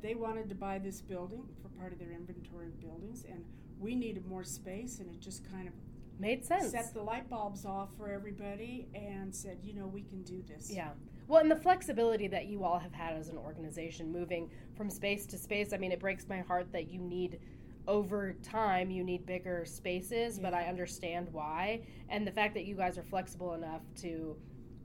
F: they wanted to buy this building for part of their inventory of buildings, and we needed more space, and it just kind of
D: Made sense.
F: set the light bulbs off for everybody and said, you know, we can do this.
D: Yeah. Well, and the flexibility that you all have had as an organization moving from space to space. I mean, it breaks my heart that you need over time you need bigger spaces, but
F: Yeah.
D: I understand why. And the fact that you guys are flexible enough to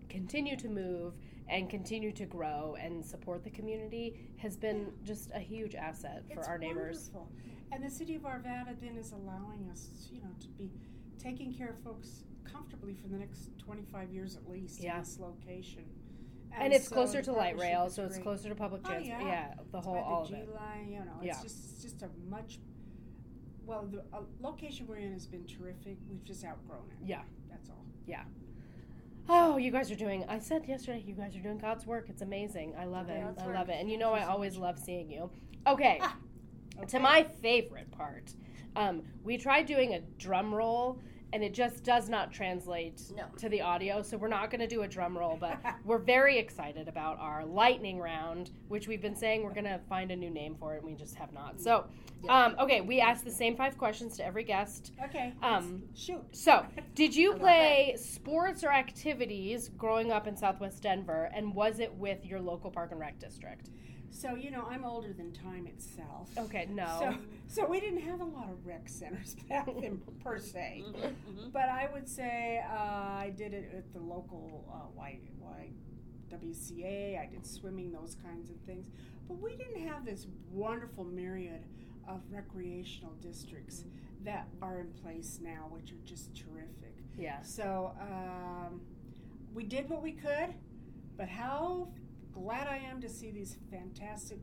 D: continue to move and continue to grow and support the community has been just a huge asset for
F: It's
D: our neighbors.
F: wonderful. And the city of Arvada then is allowing us, you know, to be taking care of folks comfortably for the next 25 years at least
D: Yeah.
F: in this location.
D: And, it's
F: so
D: closer
F: the
D: to light
F: partnership
D: rail,
F: is
D: so it's
F: great.
D: closer to public
F: Oh,
D: transport.
F: yeah.
D: yeah. the
F: It's
D: whole
F: by
D: all
F: the
D: of it.
F: G line, you know,
D: Yeah.
F: it's just it's just a much well, the uh, location we're in has been terrific. We've just outgrown it.
D: Yeah.
F: That's all.
D: Oh, you guys are doing. I said yesterday, you guys are doing God's work. It's amazing. I love it.
E: God's
D: I
E: work.
D: love it. And you know,
F: Thank
D: I
F: you so
D: always love seeing you. Okay,
F: Okay.
D: to my favorite part. Um, we tried doing a drum roll, and it just does not translate
E: No.
D: to the audio. So we're not going to do a drum roll, but we're very excited about our lightning round, which we've been saying we're going to find a new name for it, and we just have not. So, um, okay, we asked the same five questions to every guest.
F: okay.
D: Um,
F: Shoot.
D: So, did you
E: love
D: play sports or activities growing up in Southwest Denver, and was it with your local park and rec district?
F: So you know, I'm older than time itself.
D: Okay, no.
F: So, so we didn't have a lot of rec centers back then, per se.
E: Mm-hmm.
D: Mm-hmm.
F: But I would say uh, I did it at the local uh, y, y, WCA. I did swimming, those kinds of things. But we didn't have this wonderful myriad of recreational districts that are in place now, which are just terrific.
D: yeah.
F: So um, we did what we could, but how glad I am to see these fantastic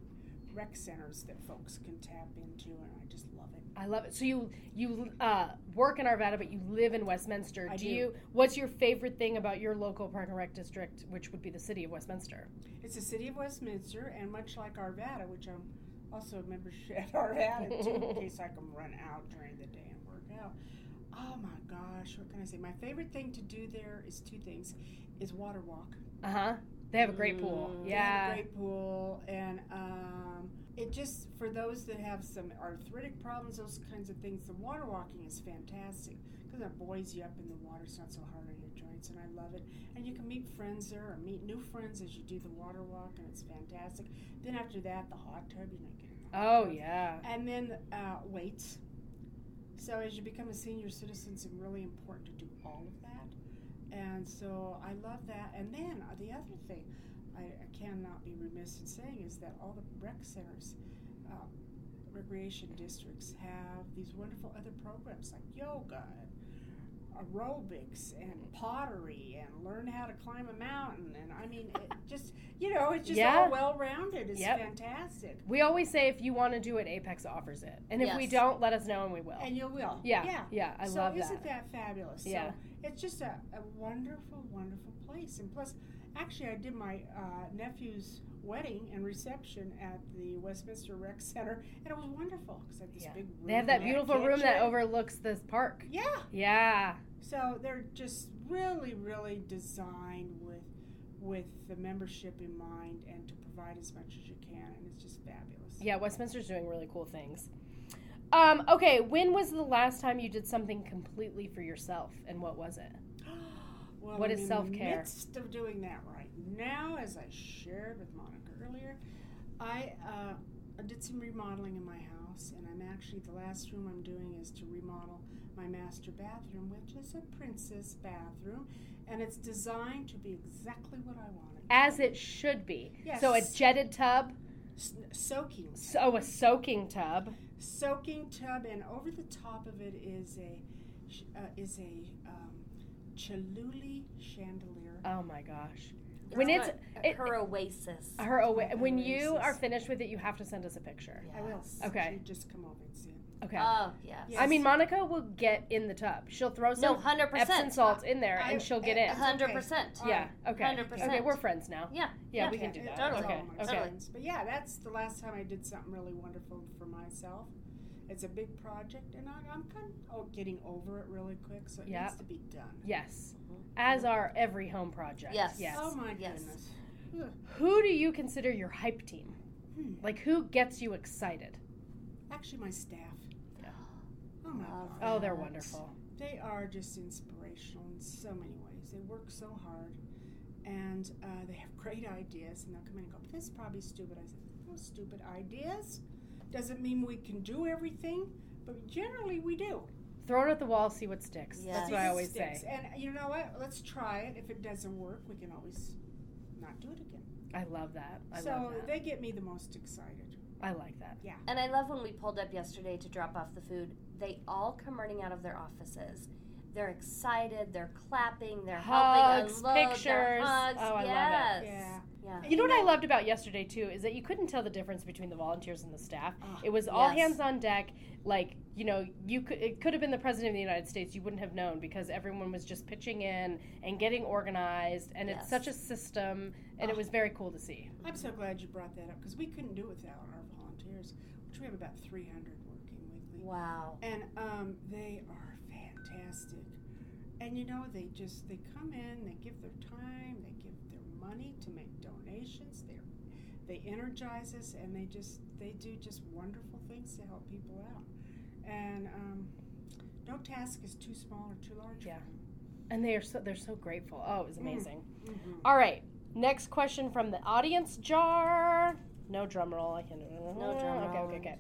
F: rec centers that folks can tap into, and I just love it.
D: I love it. So you you uh, work in Arvada, but you live in Westminster.
F: I do.
D: you? What's your favorite thing about your local park and rec district, which would be the city of Westminster?
F: It's the city of Westminster, and much like Arvada, which I'm also a membership at Arvada too, in case I can run out during the day and work out. Oh my gosh, what can I say? My favorite thing to do there is two things: is water walk.
D: Uh huh. They have a great pool.
E: Mm.
F: Uh-huh. They have
D: Yeah.
F: a great pool, and um, it just for those that have some arthritic problems, those kinds of things. The water walking is fantastic because it buoys you up in the water. It's not so hard on your joints, and I love it. And you can meet friends there or meet new friends as you do the water walk, and it's fantastic. Then after that, the hot tub. You know, you get in the hot
D: Oh
F: tub.
D: yeah.
F: And then uh, weights. So as you become a senior citizen, it's really important to do all of that. And so I love that. And then uh, the other thing I, I cannot be remiss in saying is that all the rec centers, uh, recreation districts have these wonderful other programs like yoga and aerobics and pottery and learn how to climb a mountain. And I mean, it just, you know, it's just
D: Yeah.
F: all well rounded. It's
D: Yep.
F: fantastic.
D: We always say if you want to do it, Apex offers it, and if we
E: Yes.
D: don't, let us know and we will.
F: And you will.
D: yeah.
F: Yeah.
D: Yeah. I
F: so
D: love
F: isn't
D: that.
F: that fabulous?
D: Yeah.
F: So it's just a, a wonderful, wonderful place. And plus, actually, I did my uh, nephew's wedding and reception at the Westminster Rec Center, and it was wonderful because I had this
D: Yeah.
F: big room.
D: They have that
F: and
D: beautiful room that
F: kitchen.
D: overlooks this park.
F: Yeah.
D: Yeah.
F: So they're just really, really designed with with the membership in mind and to provide as much as you can, and it's just fabulous.
D: Yeah, Westminster's doing really cool things. Um, okay, when was the last time you did something completely for yourself and what was it?
F: well,
D: What
F: I'm
D: is
F: in
D: self-care?
F: the midst of doing that right now, as I shared with Monica earlier, I uh, I did some remodeling in my house, and I'm actually the last room I'm doing is to remodel my master bathroom, which is a princess bathroom, and it's designed to be exactly what I wanted.
D: As it should be. So a
F: Yes.
D: jetted tub,
F: S- soaking,
D: so a soaking tub.
F: soaking tub, and over the top of it is a sh- uh, is a um, Choluli chandelier.
D: Oh my gosh. When it's it-
E: her oasis.
D: her away, when
F: Her
D: you are
F: oasis.
D: finished with it, you have to send us a picture.
F: I will.
D: Okay.
F: You just come over and see it.
D: Okay.
E: Oh yes.
F: Yeah.
D: I mean, Monica will get in the tub. She'll throw
E: No,
D: some
E: hundred
D: Epsom
E: percent.
D: salts in there,
F: I-
D: and she'll get in.
F: uh,
E: Hundred percent.
F: All
D: Yeah.
F: right.
D: Okay.
E: 100%.
D: Okay, we're friends now.
E: Yeah.
D: Yeah,
E: Yeah,
D: we can
F: Yeah,
D: do
F: it
D: that.
F: was
E: totally.
D: Okay.
F: all my
D: Okay.
E: Totally.
F: friends. But yeah, that's the last time I did something really wonderful for myself. It's a big project, and I, I'm kind of oh, getting over it really quick, so it
D: Yeah.
F: needs to be done.
D: Yes. As are every home project.
E: Yes.
D: Yes.
F: Oh my
E: yes.
F: goodness.
D: Who do you consider your hype team?
F: Hmm.
D: Like who gets you excited?
F: Actually, my staff.
D: Yeah.
F: Oh my
E: Love
F: God.
D: Oh, they're
E: Right.
D: wonderful.
F: They are just inspirational in so many ways. They work so hard, and uh, they have great ideas. And they'll come in and go, "This is probably stupid." I said, "No stupid ideas. Doesn't mean we can do everything, but generally we do."
D: Throw it at the wall, see what sticks.
E: Yes.
D: That's
F: See
D: what I
F: if it
D: always
F: sticks.
D: say.
F: And you know what? Let's try it. If it doesn't work, we can always not do it again.
D: I love that. I
F: so
D: love that.
F: they get me the most excited.
D: I like that.
E: And I love when we pulled up yesterday to drop off the food. They all come running out of their offices. They're excited. They're clapping. They're
D: Hugs,
E: helping unload. Their
D: pictures.
E: hugs.
D: Oh, I love it.
E: yes.
F: Yeah.
E: Uh, Yeah.
D: You know what I loved about yesterday too is that you couldn't tell the difference between the volunteers and the staff.
F: Ah,
D: it was all
E: yes.
D: hands on deck. Like you know, you could it could have been the president of the United States. You wouldn't have known because everyone was just pitching in and getting organized, and
E: Yes. Ah.
D: it's such a system. And it was very cool to see.
F: I'm so glad you brought that up because we couldn't do it without our volunteers, which we have about 300 working weekly.
E: Wow.
F: And um, they are fantastic. And you know, they just they come in, they give their time, they give their money to make donations. They they energize us, and they just they do just wonderful things to help people out. And um, no task is too small or too large.
D: Yeah. And they are so they're so grateful. Oh, it
E: Hmm.
D: was amazing.
F: Mm-hmm.
D: All right, next question from the audience jar. No drum roll. I can.
E: No drum
D: Okay,
E: roll.
D: okay, okay.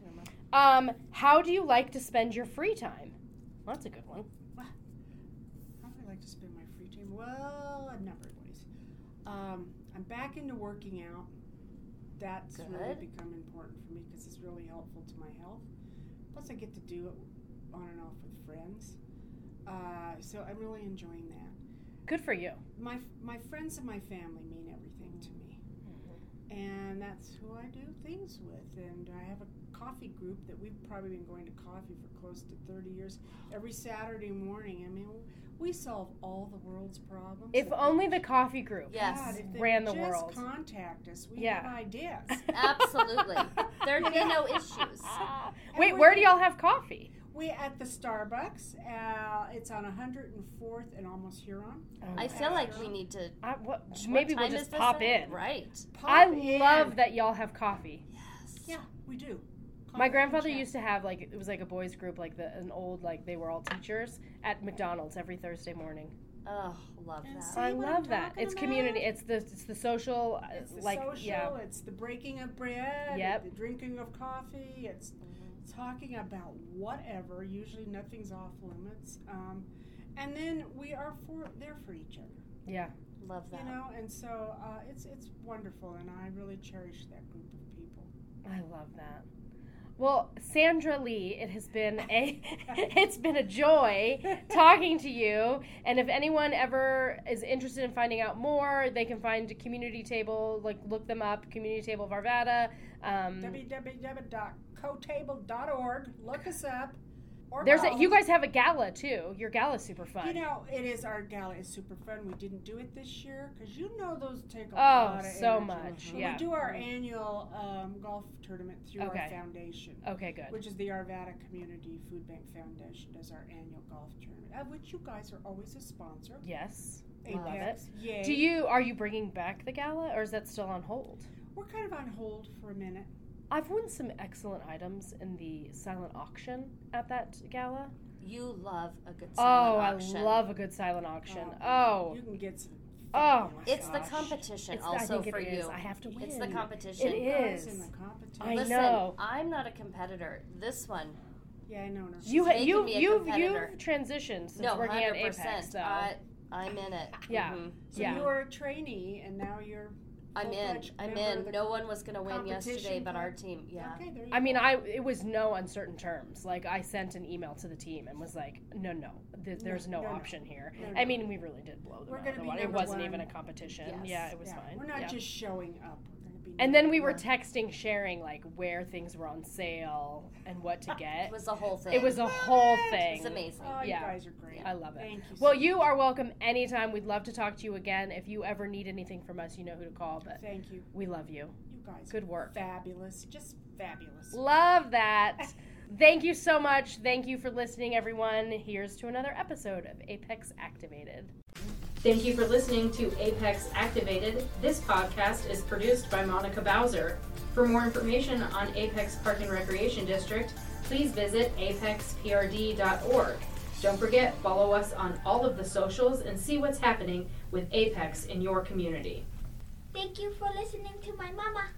D: Um, how do you like to spend your free time? Well, that's a good one.
F: How do I like to spend my free time? Well, a number of ways. Um, I'm back into working out. That's really
E: Good.
F: become important for me because it's really helpful to my health. Plus, I get to do it on and off with friends. Uh, so I'm really enjoying that.
D: Good for you.
F: My my friends and my family mean everything to me, and that's who I do things with. And I have a coffee group that we've probably been going to coffee for close to 30 years. Every Saturday morning, I mean, we solve all the world's problems.
D: If only the coffee group.
F: God,
E: Yes.
F: if they
D: Ran
F: would
D: the
F: just
D: world.
F: Contact us. We
D: Yeah.
F: have ideas.
E: Absolutely. There'd be no issues.
D: Wait, where do y'all have coffee?
F: We at the Starbucks. Uh, it's on 104th and almost Huron.
E: I feel like we need to.
D: Oh, I, what,
E: what
D: maybe we'll
E: time is
D: just
E: this
D: pop in.
E: Right.
F: Pop
D: I
F: in.
D: love that y'all have coffee.
F: Yeah, we do.
D: My grandfather used to have like it was like a boys group, like the an old like they were all teachers at McDonald's every Thursday morning.
E: Oh, love
F: And
E: that.
F: See
D: I
F: what I'm
D: love that.
F: talking
D: It's community. It's the it's the social, uh,
F: It's the
D: like
F: social.
D: yeah,
F: It's the breaking of bread.
D: Yep.
F: The drinking of coffee. It's talking about whatever. Usually nothing's off limits. Um, and then we are for there for each other.
D: yeah.
E: Love that.
F: You know, and so uh, it's it's wonderful, and I really cherish that group of people.
D: I love that. Well, Sandra Lee, it has been a it's been a joy talking to you. And if anyone ever is interested in finding out more, they can find Community Table. Like look them up, Community Table Varvada. Um,
F: www.cotable.org. Look us up. Or
D: there's a,
F: call
D: you
F: us.
D: guys have a gala too. Your gala's super fun.
F: You know, it is our gala is super fun. We didn't do it this year because you know those take a
D: oh,
F: lot of
D: so
F: energy.
D: much.
F: But
D: Yeah.
F: We do our annual um, golf tournament through
D: Okay.
F: our foundation,
D: Okay, good.
F: which is the Arvada Community Food Bank Foundation does our annual golf tournament, of which you guys are always a sponsor.
D: Yes. Love it.
F: Apex, yay!
D: Do you are you bringing back the gala or is that still on hold?
F: We're kind of on hold for a minute.
D: I've won some excellent items in the silent auction at that gala.
E: You love a good
D: Oh,
E: silent auction.
D: I love a good silent auction.
F: Oh,
D: Oh,
F: You can get some.
D: oh, my
E: It's
D: gosh.
E: the competition
D: It's- I
E: also
D: think it
E: for
D: is.
E: you.
D: I have to win.
E: It's the competition.
D: It
F: Guys in
D: is.
F: the competition.
D: I
E: Listen,
D: know.
E: I'm not a competitor. This one,
F: yeah, I know. No.
D: You ha-
E: making
D: you
E: me a
D: you've
E: competitor.
D: you've transitioned since
E: no, Uh,
D: working
E: hundred
D: at Apex,
E: percent.
D: though.
E: I, I'm in it.
D: Yeah.
E: Mhm.
F: so
D: yeah.
F: you were a trainee, and now you're
E: I'm in.
F: full-fledged
E: I'm
F: member of
E: in.
F: the
E: No one was going to win
F: competition
E: yesterday, but
F: for-
E: our team. Yeah.
F: Okay, there you
D: I mean,
F: go.
D: I it was no uncertain terms. Like I sent an email to the team and was like, "No, no, th- there's no,
F: no, no.
D: option here."
F: No,
D: I
F: no.
D: mean, we really did blow them
F: We're
D: out
F: gonna
D: of the
F: be
D: water. It
F: number
D: wasn't
F: one.
D: even a competition.
E: Yes.
D: Yeah, it was
F: Yeah,
D: fine.
F: We're not
D: Yeah.
F: just showing up. We're gonna be
D: And then we
F: number
D: were
F: one.
D: texting, sharing like where things were on sale and what to
E: It
D: get.
E: was the whole thing.
D: it was a whole
E: It
D: thing.
E: was amazing.
F: Oh,
D: yeah.
F: you guys are great.
D: I love it.
F: Thank you.
D: Well,
F: so
D: you are welcome anytime. We'd love to talk to you again. If you ever need anything from us, you know who to call.
F: much.
D: But
F: Thank you.
D: we love you.
F: You guys
D: Good
F: are
D: work.
F: fabulous. Just fabulous.
D: Love that. Thank you so much. Thank you for listening, everyone. Here's to another episode of Apex Activated.
B: Thank you for listening to Apex Activated. This podcast is produced by Monica Bowser. For more information on Apex Park and Recreation District, please visit apexprd.org. Don't forget, follow us on all of the socials and see what's happening with Apex in your community.
G: Thank you for listening to my mama.